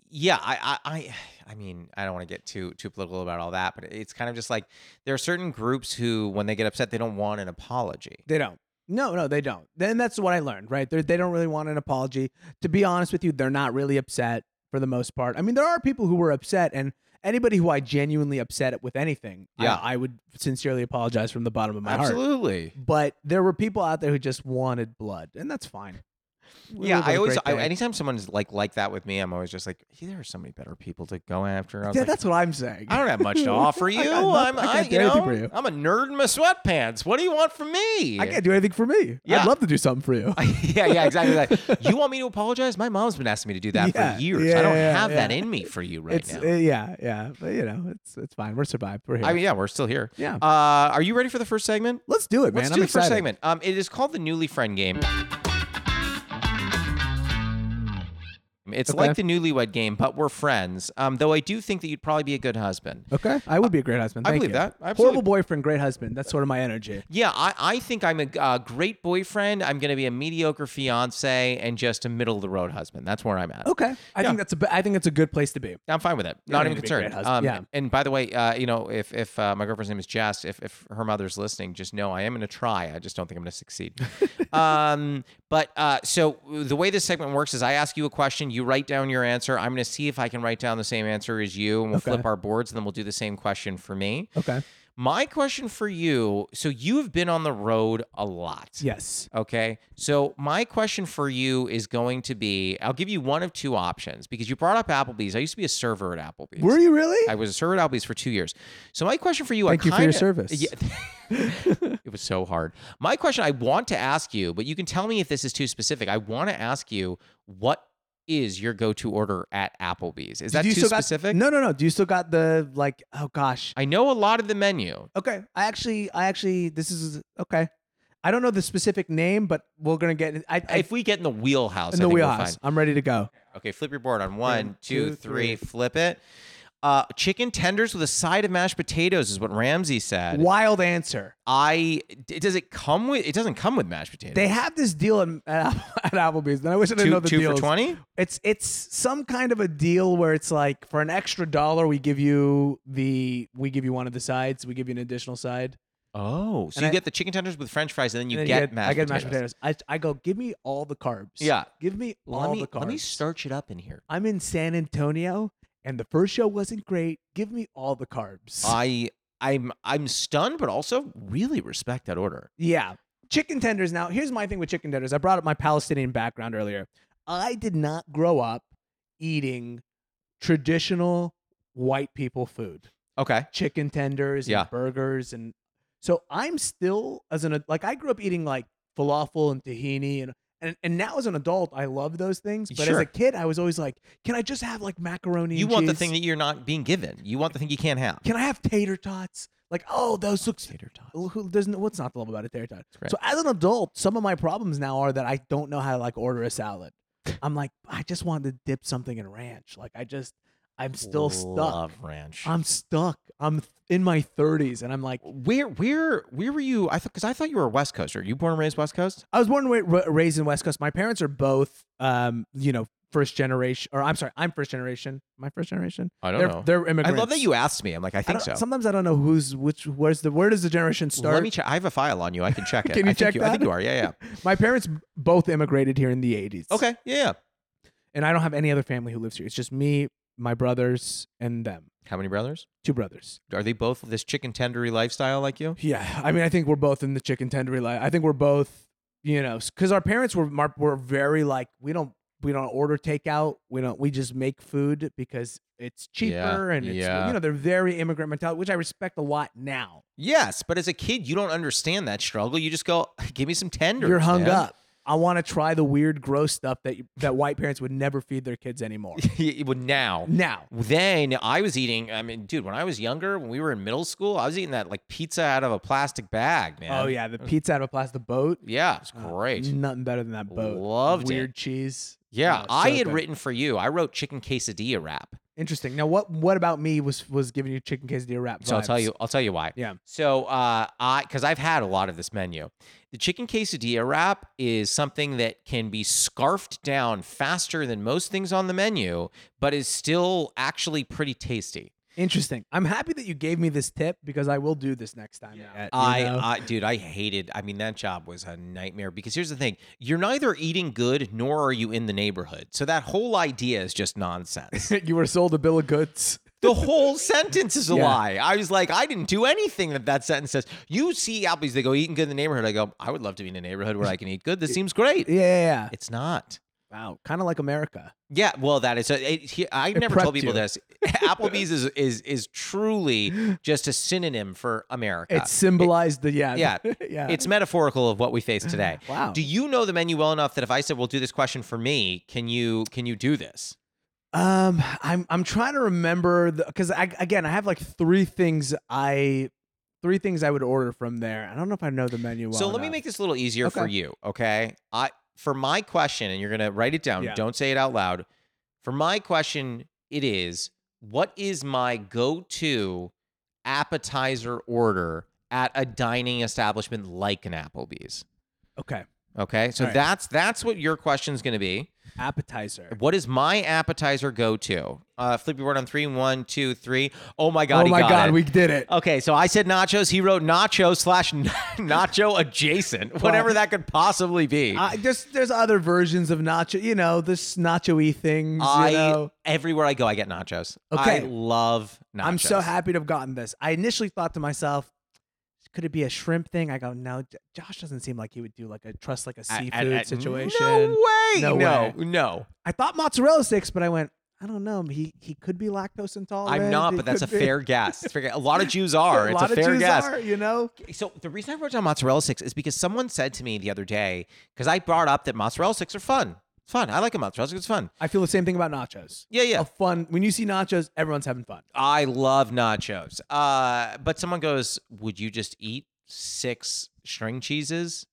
yeah, I, I, I, I mean, I don't want to get too too political about all that, but it's kind of just like there are certain groups who, when they get upset, they don't want an apology.
They don't. No, no, they don't. Then that's what I learned, right? They're, they don't really want an apology. To be honest with you, they're not really upset for the most part. I mean, there are people who were upset, and anybody who I genuinely upset with anything, I-
Yeah.
I, would sincerely apologize from the bottom of my heart.
Absolutely.
But there were people out there who just wanted blood, and that's fine. We
Yeah,
live on
I
a
always,
great
I,
day.
anytime someone's like like that with me, I'm always just like, there are so many better people to go after. I was
yeah,
like,
that's what I'm saying.
I don't have much to offer
I
you.
got
I'm,
nothing- I
I,
can't
you
do anything
know,
for you.
I'm a nerd in my sweatpants. What do you want from me?
I can't do anything for me.
Yeah.
I'd love to do something for you.
yeah, yeah, exactly. Like, you want me to apologize? My mom's been asking me to do that
Yeah,
for years.
yeah,
I don't
yeah,
have that
yeah.
in me for you right
it's
now.
uh, yeah, yeah, but you know, it's it's fine. We're survived. We're here.
I mean, yeah, we're still here.
Yeah.
Uh, are you ready for the first segment?
Let's do it, man.
Let's
I'm
do the
excited.
first segment. Um, it is called the Newly Friend Game. It's
Okay.
like the newlywed game, but we're friends. Um, though I do think that you'd probably be a good husband.
Okay, I would be a great husband.
I
Thank
believe
you.
that. I
Horrible
absolutely-
boyfriend, great husband. That's sort of my energy.
Yeah, I, I think I'm a uh, great boyfriend. I'm going to be a mediocre fiance and just a middle of the road husband. That's where I'm at.
Okay, I
Yeah.
think that's a. b- I think it's a good place to be.
I'm fine with it.
don't
Not even
need to be a great
concerned.
husband.
Um,
Yeah.
And by the way, uh, you know, if if uh, my girlfriend's name is Jess, if, if her mother's listening, just know I am going to try. I just don't think I'm going to succeed. um, but uh, so the way this segment works is I ask you a question, you write down your answer. I'm going to see if I can write down the same answer as you, and we'll
Okay.
flip our boards, and then we'll do the same question for me.
Okay,
My question for you so you have been on the road a lot.
Yes.
Okay. So my question for you is going to be I'll give you one of two options because you brought up Applebee's. I used to be a server at Applebee's.
Were you really?
I was a server at Applebee's for two years. So my question for you,
Thank
I
you for
kinda,
your service.
Yeah, it was so hard. My question I want to ask you, but you can tell me if this is too specific. I want to ask you what is your go-to order at Applebee's? Is that
Do you
too
still got-
specific?
no, no, no. Do you still got the like? Oh gosh.
I know a lot of the menu.
Okay. I actually, I actually, this is okay. I don't know the specific name, but we're gonna get. I, I,
If we get in the wheelhouse,
in
I
the
think we're
wheelhouse.
fine.
I'm ready to go.
Okay, flip your board on
One,
one,
two,
two,
three.
three, flip it. Uh, chicken tenders with a side of mashed potatoes is what Ramsey said.
Wild answer.
I d- does it come with? It doesn't come with mashed potatoes.
They have this deal at, at, Apple- at Applebee's, and I wish I didn't
two,
know the
two
deals.
for twenty.
It's it's some kind of a deal where it's like for an extra dollar we give you the we give you one of the sides, we give you an additional side.
Oh, so
And
you
I-
get the chicken tenders with French fries, and then you,
And then
get, mashed
I get
potatoes.
mashed potatoes. I, I go, give me all the carbs.
Yeah.
Give me
Well,
all
let me
the carbs.
let me starch it up in here.
I'm in San Antonio and the first show wasn't great. Give me all the carbs.
I I'm I'm stunned, but also really respect that order.
yeah. Chicken tenders now. Here's my thing with chicken tenders. I brought up my Palestinian background earlier. I did not grow up eating traditional white people food.
Okay,
chicken tenders
Yeah.
and burgers and so I'm still as an like I grew up eating like falafel and tahini and and, and now as an adult I love those things but as
Sure.
a kid I was always like can I just have like macaroni
you
and
want the
cheese?
thing that you're not being given. You want the thing you can't have.
can I have tater tots like oh those look
Tater tot.
who there's no, what's not to love about a tater tot
great.
so as an adult some of my problems now are that I don't know how to like order a salad I'm like I just wanted to dip something in ranch like I just I'm still stuck
Love ranch.
I'm stuck I'm in my 30s and I'm like
Where where where were you? I thought because I thought you were a West Coaster. You born and raised West Coast?
I was born and wa- ra- raised in West Coast. My parents are both, um, you know, first generation, or I'm sorry, I'm first generation. My first generation.
I
They're, they're
I
immigrants.
love that you asked me. I'm like I
I
think
don't-
so.
Sometimes I don't know who's which. Where's the where does the generation start?
Let me check. I have a file on you. I can check it.
Can you
I think
check
you, I think
that?
you are. Yeah,
My parents b- both immigrated here in the 80s.
yeah. Okay. Yeah, yeah.
and I don't have any other family who lives here. It's just me, my brothers, and them.
How many brothers?
Two brothers.
Are they both this chicken tendery lifestyle like you?
Yeah, I mean, I think we're both in the chicken tendery life. I think we're both, you know, because our parents were mar- were very like we don't we don't order takeout. We don't we just make food because it's cheaper and it's
yeah.
you know they're very immigrant mentality, which I respect a lot now.
Yes, but as a kid, you don't understand that struggle. You just go, give me some tenders.
You're hung
man."
up. I want to try the weird, gross stuff that you, that white parents would never feed their kids anymore.
well, now.
now,
Then I was eating. I mean, dude, when I was younger, when we were in middle school, I was eating that like pizza out of a plastic bag, man.
oh yeah, the pizza out of a plastic boat.
Yeah, it's
Oh,
great.
nothing better than that boat.
Loved it.
weird cheese.
Yeah,
Oh, it's
I
so
had
good.
written for you. I wrote chicken quesadilla wrap.
Interesting. Now, what what about me was was giving you chicken quesadilla wrap?
So I'll tell
vibes?
you. I'll tell you why.
Yeah.
So uh, I because I've had a lot of this menu. The chicken quesadilla wrap is something that can be scarfed down faster than most things on the menu, but is still actually pretty tasty.
Interesting. I'm happy that you gave me this tip because I will do this next time. Matt, you
I,
know?
I, dude, I hated. I mean, that job was a nightmare because here's the thing: you're neither eating good nor are you in the neighborhood. So that whole idea is just nonsense.
you were sold a bill of goods.
the whole sentence is a
Yeah.
lie. I was like, I didn't do anything that that sentence says. You see Applebee's, they go eating good in the neighborhood. I go, I would love to be in a neighborhood where I can eat good. This seems great.
Yeah, yeah, yeah.
It's not.
Wow, kind of like America.
Yeah, well, that is. It, he- I've
It
never told
prepped
people
you.
this. Applebee's is is is truly just a synonym for America.
It symbolized the yeah,
uh, yeah.
yeah.
It's metaphorical of what we face today.
wow.
Do you know the menu well enough that if I said, "Well, do this question for me," can you can you do this?
um, I'm I'm trying to remember because I again I have like three things I three things I would order from there. I don't know if I know the menu. Well
so let me
enough.
make this a little easier for
Okay.
you, okay? I for my question, and you're gonna write it down.
Yeah.
Don't say it out loud. For my question, it is: What is my go-to appetizer order at a dining establishment like an Applebee's?
okay.
Okay, so
All right.
that's that's what your question's going to be.
appetizer.
What does my appetizer go to? Uh, flip your word on three. One, two, three. Oh my god!
oh
he
my
got
god,
it.
we did it.
Okay, so I said nachos. He wrote nacho slash nacho adjacent, whatever that could possibly be.
I, there's there's other versions of nacho, you know, this nacho-y things.
I
you know.
everywhere I go, I get nachos.
Okay.
I love nachos.
I'm so happy to have gotten this. I initially thought to myself, could it be a shrimp thing? I go, no. J- Josh doesn't seem like he would do like a trust like a
I- I-
seafood
I-
situation.
No way.
No
No, no.
way. I thought mozzarella sticks, but I went, I don't know. He he could be lactose intolerant.
I'm not, but that's a fair guess. It's a fair guess. A lot of Jews
a
are. it's
lot
a
of
fair
Jews
guess.
are, you know.
So the reason I wrote down mozzarella sticks is because someone said to me the other day because I brought up that mozzarella sticks are fun. It's fun. I like a mozzarella stick. It's fun.
I feel the same thing about nachos.
Yeah, yeah.
A fun when you see nachos, everyone's having fun.
I love nachos. Uh, but someone goes, "Would you just eat six string cheeses?"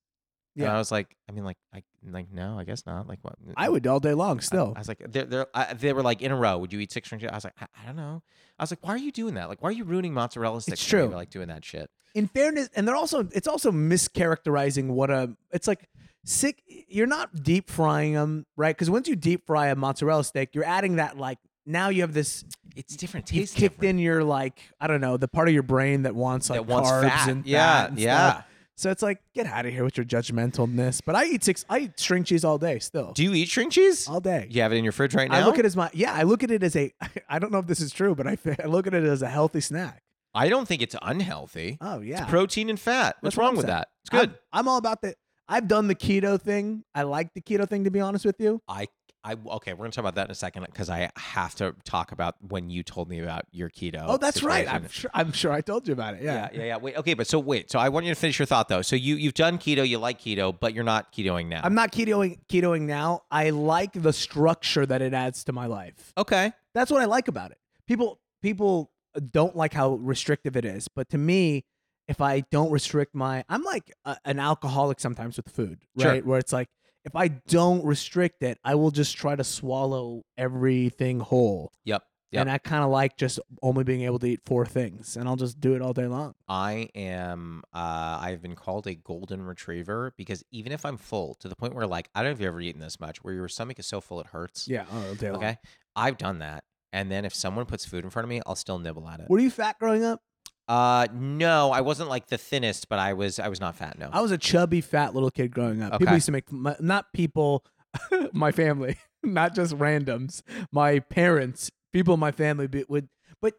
Yeah. And
Yeah.
I was like, I mean, like, I like no, I guess not. Like what?
I would all day long
I-
still.
I, was like, they're, they're, I, they were like in a row. Would you eat six string cheeses? I was like, I, I don't know. I was like, why are you doing that? Like, why are you ruining mozzarella sticks? when you
true.
were, like doing that shit.
in fairness, and they're also it's also mischaracterizing what a it's like sick. You're not deep frying them, right? Because once you deep fry a mozzarella steak, you're adding that like now you have this
It's different.
you've
Tastes
kicked
different.
in your like I don't know the part of your brain that wants like
That wants
carbs
fat.
and
Yeah,
fat and
yeah.
stuff. So it's like get out of here with your judgmentalness. But I eat six. I eat string cheese all day still,
Do you eat string cheese?
all day.
You have it in your fridge right now.
I look at it as my yeah. I look at it as a. I don't know if this is true, but I, I look at it as a healthy snack.
I don't think it's unhealthy.
Oh yeah,
It's protein and fat.
That's
What's
what
wrong
I'm
with
saying.
that? It's good.
I'm, I'm all about the. I've done the keto thing. I like the keto thing to be honest with you.
I I okay, we're gonna talk about that in a second because I have to talk about when you told me about your keto.
Oh, that's right.
situation.
I'm sure. I'm sure I told you about it.
yeah,
Yeah.
yeah, yeah. Wait, okay, but so wait, so I want you to finish your thought though. So you you've done keto, you like keto, but you're not ketoing now.
I'm not ketoing ketoing now. I like the structure that it adds to my life.
okay.
That's what I like about it. People people don't like how restrictive it is, but to me, if I don't restrict my, I'm like a, an alcoholic sometimes with food,
Sure.
right? Where it's like if I don't restrict it, I will just try to swallow everything whole.
Yep. Yep.
And I kind of like just only being able to eat four things, and I'll just do it all day long.
I am uh I've been called a golden retriever because even if I'm full to the point where like I don't know if you've ever eaten this much, where your stomach is so full it hurts.
Yeah, all day long.
Okay. I've done that. And then if someone puts food in front of me, I'll still nibble at it.
Were you fat growing up?
Uh no, I wasn't like the thinnest, but I was I was not fat, no.
I was a chubby, fat little kid growing up. People
Okay.
used to make my, not people, my family, not just randoms. My parents, people in my family be, would, but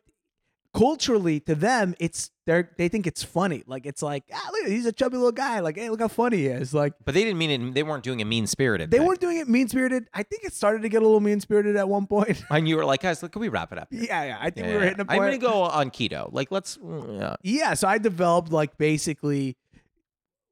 culturally to them, it's they they think it's funny. Like it's like ah, look, he's a chubby little guy. Like hey, look how funny he is. Like
But they didn't mean it. They weren't doing a mean spirited.
they weren't doing it mean spirited. I think it started to get a little mean spirited at one point.
And you were like, guys, look, can we wrap it up? here?"
yeah, yeah. I think
Yeah,
we were
yeah.
hitting a point.
I'm gonna go on keto. Like, let's. uh, Yeah.
Yeah, so I developed like basically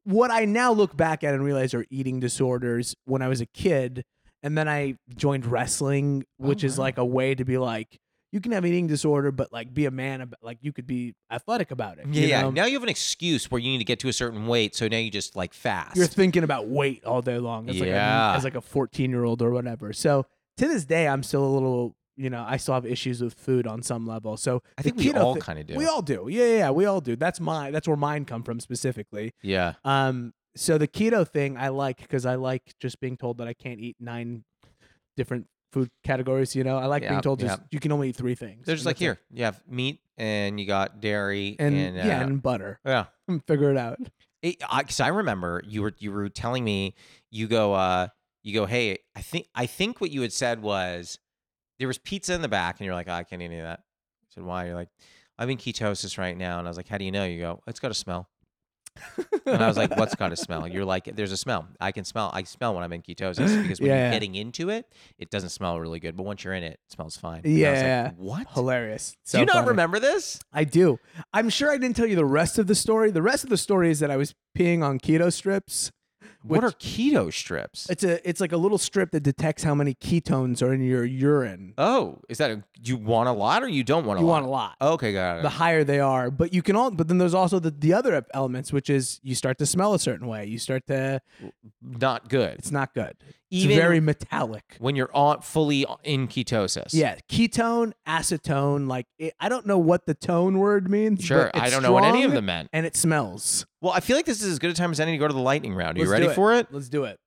what I now look back at and realize are eating disorders when I was a kid. And then I joined wrestling,
Oh,
which is
wow.
like a way to be like, you can have an eating disorder, but like be a man, about, like you could be athletic about it.
Yeah,
you
yeah.
know?
Now you have an excuse where you need to get to a certain weight, so now you just like fast.
You're thinking about weight all day long as,
Yeah.
like, a, as like a 14 year old or whatever. So to this day, I'm still a little, you know, I still have issues with food on some level. So
I
the
think we
keto
all
thi-
kind of do.
We all do. Yeah, yeah, yeah, we all do. That's my, that's where mine come from specifically.
yeah.
Um, so the keto thing I like because I like just being told that I can't eat nine different food categories. You know, I like being
Yeah,
told just
yeah.
you can only eat three things.
They're just
and
like
that's it.
here, you have meat and you got dairy
and,
and, uh,
yeah, and butter.
yeah.
Figure it out.
It, I, cause I remember you were you were telling me you go uh you go hey I think I think what you had said was there was pizza in the back and you're like "Oh, I can't eat any of that. I said why? You're like I'm in ketosis right now and I was like how do you know? You go it's got a smell and I was like what's got a smell? You're like there's a smell. I can smell. I smell when I'm in ketosis because when
Yeah.
you're getting into it it doesn't smell really good but once you're in it it smells fine.
Yeah.
And I was like, what?
hilarious?
do you
So
not
funny.
remember this?
I do. I'm sure I didn't tell you the rest of the story. The rest of the story is that I was peeing on keto strips.
what
Which-
are keto strips?
It's a it's like a little strip that detects how many ketones are in your urine.
Oh, is that a, you want a lot or you don't want a
you
lot?
want a lot.
Okay, got it.
the higher they are. But you can all. But then there's also the, the other ep- elements, which is you start to smell a certain way. You start to.
Not good.
It's not good.
Even-
it's very metallic.
when you're on fully in ketosis.
Yeah, ketone, acetone. Like it, I don't know what the tone word means.
Sure.
but
I
it's
don't know what any of
strong
them meant.
And it smells.
Well, I feel like this is as good a time as any to go to the lightning round. Are you
Let's
ready
do
for it?
Let's do it.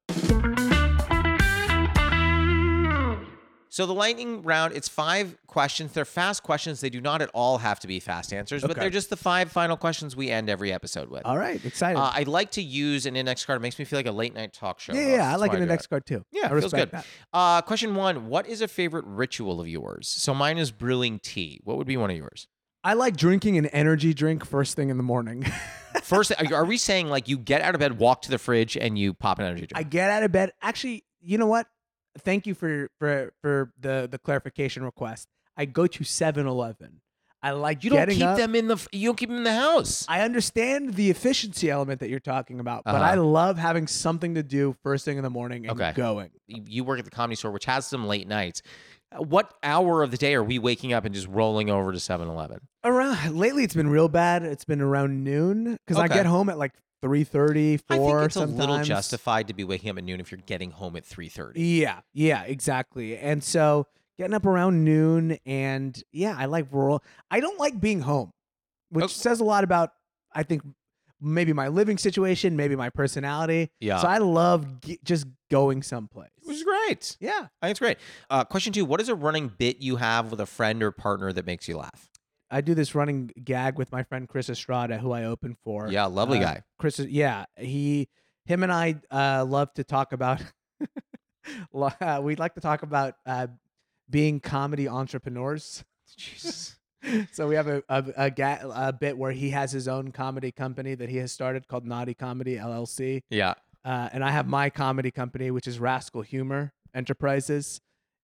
So the lightning round, it's five questions. They're fast questions. They do not at all have to be fast answers, but
Okay.
they're just the five final questions we end every episode with.
All right, excited.
Uh, I like to use an index card. It makes me feel like a late night talk show.
yeah,
host.
yeah, I
That's
like
why
an
do it.
index card too.
Yeah,
I
feels
respect
good.
that.
Uh, question one: What is a favorite ritual of yours? So mine is brewing tea. What would be one of yours?
I like drinking an energy drink first thing in the morning.
First, are, you- are we saying like you get out of bed, walk to the fridge, and you pop an energy
I
drink?
get out of bed. Actually, you know what? Thank you for for for the the clarification request. I go to 7-Eleven. I like
you don't
getting
keep
up.
them in the. f- You don't keep them in the house.
I understand the efficiency element that you're talking about, but
Uh-huh.
I love having something to do first thing in the morning and
Okay.
going.
You you work at the comedy store, which has some late nights. Uh, What hour of the day are we waking up and just rolling over to 7-Eleven?
Around lately, it's been real bad. It's been around noon because I
Okay.
get home at like 3.30, 4
I think it's
sometimes.
a little justified to be waking up at noon if you're getting home at three thirty.
Yeah, yeah, exactly. And so getting up around noon, and yeah, I like rural. I don't like being home, which
Okay.
says a lot about I think maybe my living situation, maybe my personality.
Yeah,
So I love ge- just going someplace.
which is great.
Yeah,
I think it's great. Uh, question two: What is a running bit you have with a friend or partner that makes you laugh?
I do this running gag with my friend Chris Estrada, who I open for.
Yeah, lovely
Uh,
guy.
Chris, is- yeah, he, him, and I uh, love to talk about. lo- uh, we like to talk about uh, being comedy entrepreneurs.
Jesus.
so we have a a, a, ga- a bit where he has his own comedy company that he has started called Naughty Comedy LLC,
Yeah.
uh, and I have my comedy company, which is Rascal Humor Enterprises,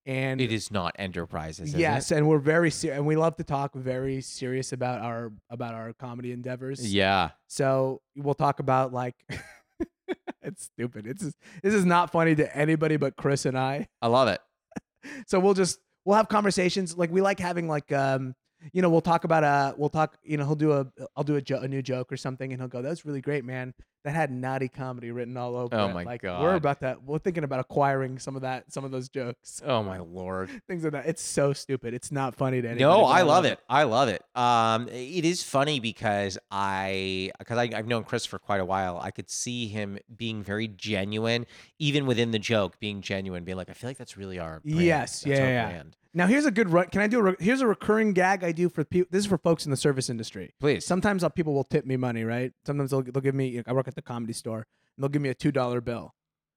and
It is not enterprises. Is
yes, and we're very serious, and we love to talk very serious about our about our comedy
It?
endeavors.
Yeah.
So we'll talk about like. It's stupid. It's just- this is not funny to anybody but Chris and I.
I love it.
So we'll just we'll have conversations. Like we like having like um you know we'll talk about uh we'll talk you know he'll do a I'll do a, jo- a new joke or something and he'll go that's really great man that had naughty comedy written all over
Oh
it."
my
like
God.
we're about that we're thinking about acquiring some of that some of those jokes
Oh my lord.
things like that it's so stupid it's not funny to anybody
No,
but
I love it. I love it. Um, it is funny because I because I, I've known Chris for quite a while. I could see him being very genuine, even within the joke, being genuine, being like, I feel like that's really our brand.
Yes,
That's
yeah,
our
yeah.
brand.
now here's a good run can I do a re- here's a recurring gag I do for people this is for folks in the service industry
Please.
sometimes I'll, people will tip me money, right? Sometimes they'll, they'll give me, I work at the comedy store, and they'll give me a $2 bill.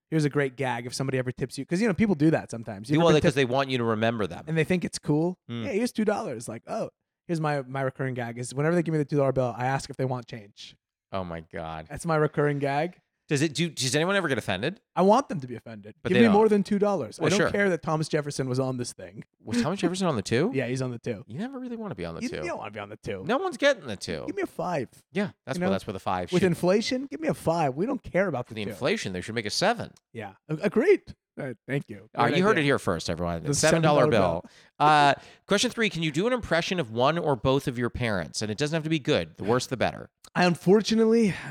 Here's a great gag if somebody ever tips you. Because, you know, people do that sometimes. You
well,
ever been
because
tipped
they want you to remember them.
and they think it's cool.
Mm.
Yeah, here's $2. Like, oh, here's my, my recurring gag is whenever they give me the $2 bill, I ask if they want change.
Oh my god.
That's my recurring gag.
Does it do? Does anyone ever get offended?
I want them to be offended.
But
give
they
me
don't.
more than $2.
Well,
I don't
sure.
care that Thomas Jefferson was on this thing.
Was Thomas Jefferson on the two?
Yeah, he's on the two.
You never really want to be on the
you,
two.
you don't want to be on the two.
No one's getting the two.
Give me a five.
yeah, that's
you
where
know,
that's where the five.
With
should-
inflation, give me a five. We don't care about
for
the,
the
two.
inflation, they should make a seven.
Yeah, A- agreed. All right, thank you.
All right,
Great
Uh, you heard
idea.
it here first, everyone.
The
seven dollar
$7
bill. uh, question three: Can you do an impression of one or both of your parents? And it doesn't have to be good. The worse, the better.
I unfortunately,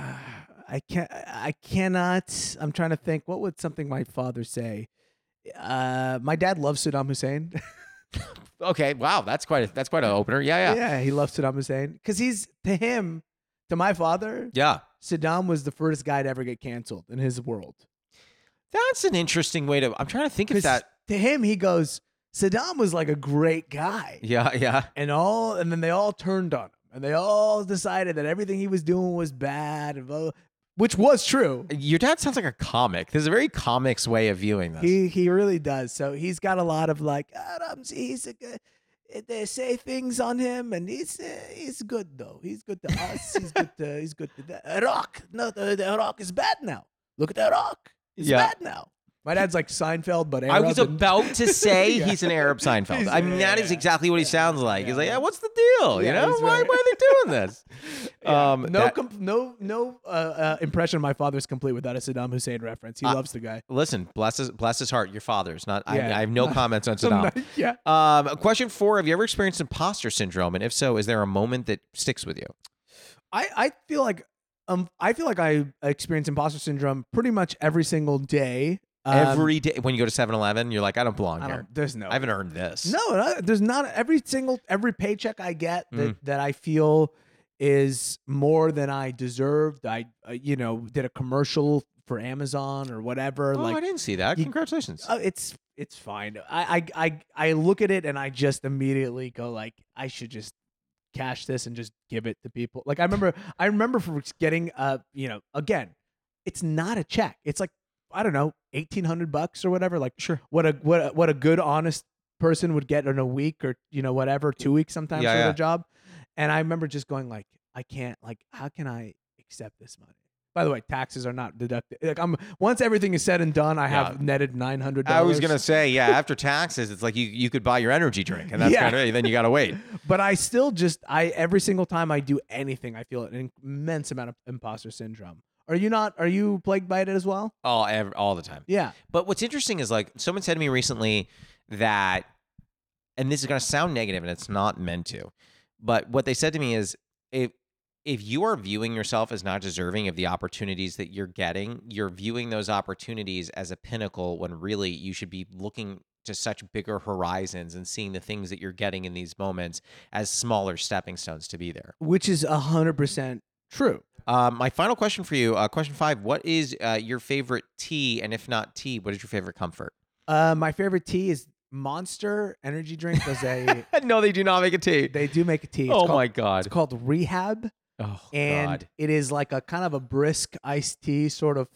I can't. I cannot. I'm trying to think. What would something my father say? Uh, my dad loves Saddam Hussein.
Okay. Wow, that's quite a, that's quite an opener. Yeah, yeah,
he loves Saddam Hussein because he's to him, to my father,
yeah.
Saddam was the first guy to ever get canceled in his world.
That's an interesting way to. I'm trying to think of
'Cause
that.
to him, he goes, Saddam was like a great guy,
Yeah, yeah.
and all, and then they all turned on him, and they all decided that everything he was doing was bad, and blah, which was true.
Your dad sounds like a comic. There's a very comics way of viewing this.
He he really does. So he's got a lot of like Adams. He's a good. eh, They say things on him, and he's uh, he's good though. He's good to us. he's good to he's good to the Iraq. No, the, the Iraq is bad now. Look at Iraq. It's
Yeah.
bad now. My dad's like Seinfeld, but
I
Arab
was
and-
about to say
Yeah.
he's an Arab Seinfeld.
He's-
I mean, that is
yeah.
exactly what he sounds like. He's
Yeah.
like, yeah, what's the deal? you
Yeah,
know,
he's
why,
very-
why are they doing this?
Yeah.
Um,
no,
that-
com- no, no, uh, uh, impression of my father's complete without a Saddam Hussein reference. He
Uh,
loves the guy.
Listen, bless his, bless his heart. Your father's not. I,
Yeah.
I have no comments on
I'm
Saddam.
not- yeah.
Um, question four: Have you ever experienced imposter syndrome? And if so, is there a moment that sticks with you?
I, I feel like um I feel like I experience imposter syndrome pretty much every single day. Um,
Every day when you go to 7-Eleven, you're like, I don't belong
I
here.
don't, there's no
I haven't earned this.
no no, there's not every single every paycheck I get that
Mm.
that I feel is more than I deserved. I uh, you know did a commercial for Amazon or whatever
Oh, I
like
didn't see that.
You-
Congratulations.
uh, it's it's fine. I, I I I look at it and I just immediately go like, I should just cash this and just give it to people. Like I remember I remember from getting uh you know again, it's not a check. It's like I don't know eighteen hundred bucks or whatever. Like
Sure.
what a what a, what a good honest person would get in a week or you know whatever two weeks sometimes
Yeah,
for
yeah.
a job. And I remember just going like, I can't like how can I accept this money? By the way, taxes are not deducted. Like I'm once everything is said and done, I have netted nine hundred.
I was gonna say, yeah. After taxes, it's like you, you could buy your energy drink, and that's
Yeah.
kind of it. Then you gotta wait.
but I still just I every single time I do anything, I feel an immense amount of imposter syndrome. Are you not? Are you plagued by it as well?
All ev- all the time.
Yeah.
But what's interesting is like someone said to me recently that, and this is gonna sound negative, and it's not meant to, but what they said to me is if if you are viewing yourself as not deserving of the opportunities that you're getting, you're viewing those opportunities as a pinnacle when really you should be looking to such bigger horizons and seeing the things that you're getting in these moments as smaller stepping stones to be there.
Which is a hundred percent true.
Um, my final question for you, uh, question five: What is uh, your favorite tea, and if not tea, what is your favorite comfort?
Uh, my favorite tea is Monster Energy Drink. Was a
no, they do not make a tea.
they do make a tea. It's
oh
called,
my god!
It's called Rehab,
Oh
and it is like a kind of a brisk iced tea sort of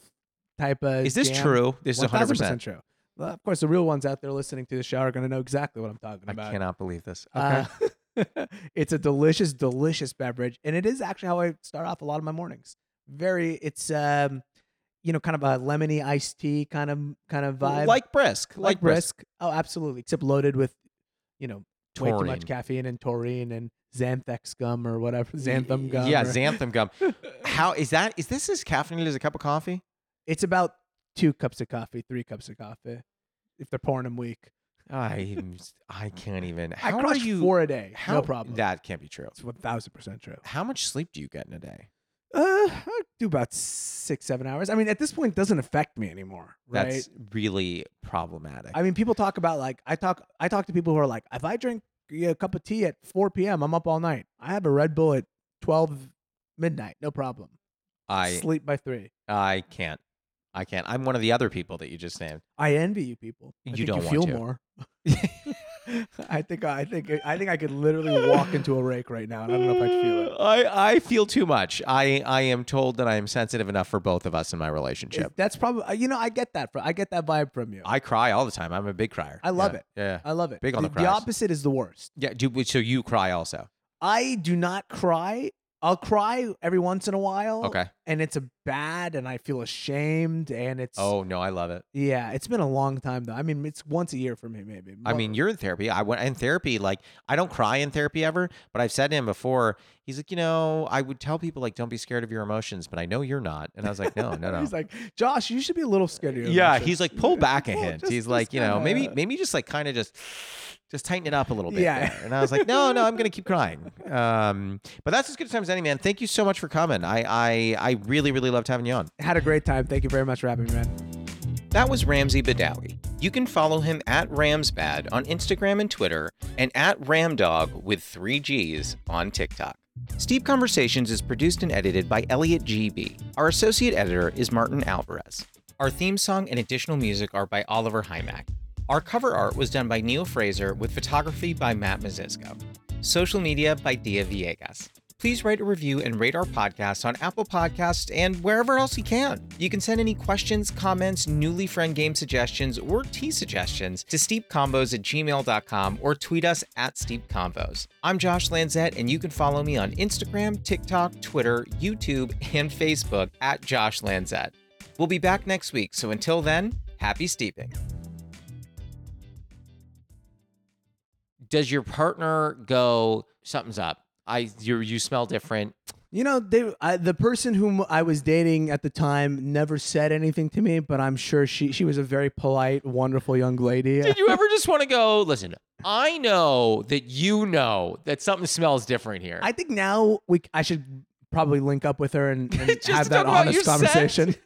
type of.
Is this
jam.
true? This is one hundred
1000%
percent.
true. Well, of course, the real ones out there listening to the show are going to know exactly what I'm talking
I
about.
cannot believe this. Okay.
Uh, it's a delicious, delicious beverage, and it is actually how I start off a lot of my mornings. Very, it's um, you know, kind of a lemony iced tea kind of kind of vibe,
like brisk,
like, brisk. Oh, absolutely, except loaded with, you know, way too
Taurine.
much caffeine and taurine and xanthex gum or whatever xanthan gum.
Yeah,
or-
xanthan gum. How is that? Is this as caffeinated as a cup of coffee?
it's about two cups of coffee, three cups of coffee, if they're pouring them weak.
I I can't even.
I
How are
crush
you?
four a day,
how,
no problem.
That can't be true.
That's one thousand percent true.
How much sleep do you get in a day?
Uh, I do about six, seven hours. I mean, at this point, it doesn't affect me anymore, right?
That's really problematic.
I mean, people talk about like I talk, I talk to people who are like, if I drink a cup of tea at 4 p.m., I'm up all night. I have a Red Bull at 12 midnight, no problem.
I
sleep by three.
I can't. I can't. I'm one of the other people that you just named.
I envy you people. I
You
think
don't
you feel
want to.
more. I think I think I think I could literally walk into a rake right now, and I don't know if I'd feel it.
I, I feel too much. I, I am told that I am sensitive enough for both of us in my
Is-
relationship.
That's probably you know I get that from I get that vibe from you. I,
I cry all the time. I'm a big crier.
I love
Yeah.
it.
Yeah.
love it.
Big on the
the
cries.
opposite is the worst.
Yeah. Do, so you cry also.
I do not cry. I'll cry every once in a while.
Okay.
And it's a bad and I feel ashamed and it's
Oh, no, I love it.
yeah, it's been a long time though. I mean, it's once a year for me maybe.
I mean, you're in therapy. I went in therapy. Like, I don't cry in therapy ever, but I've said to him before, he's like, you know, I would tell people, like, don't be scared of your emotions, but I know you're not. And I was like, no, no, no.
He's like, "Josh, you should be a little scared of your
yeah.
emotions."
He's like, pull back a
Well,
hint.
just-
he's
just
like, you know, maybe,
kinda-
maybe just like kind of just, just tighten it up a little bit.
Yeah.
there. And I was like, no, no, I'm going to keep crying. Um, but that's as good a time as any, man. Thank you so much for coming. I, I, I really, really loved having you on.
Had a great time. Thank you very much for having me, man.
That was Ramsey Badawi. You can follow him at Ramsbad on Instagram and Twitter, and at Ramdog with three G's on TikTok. Steve Conversations is produced and edited by Elliot GB. Our associate editor is Martin Alvarez. Our theme song and additional music are by Oliver Hymack. Our cover art was done by Neil Fraser with photography by Matt Mazisco. Social media by Dia Viegas. Please write a review and rate our podcast on Apple Podcasts and wherever else you can. You can send any questions, comments, newly friend game suggestions, or tea suggestions to steepcombos at gmail.com or tweet us at steepcombos. I'm Josh Lanzette, and you can follow me on Instagram, TikTok, Twitter, YouTube, and Facebook at Josh Lanzette. We'll be back next week, so until then, happy steeping. Does your partner go, something's up? I you you smell different.
You know, they I, the person whom I was dating at the time never said anything to me, but I'm sure she she was a very polite, wonderful young lady.
Did you ever just want to go, listen, I know that you know that something smells different here.
I think now we I should probably link up with her and, and
Just
have
to
that
talk about your
honest
scent?
conversation.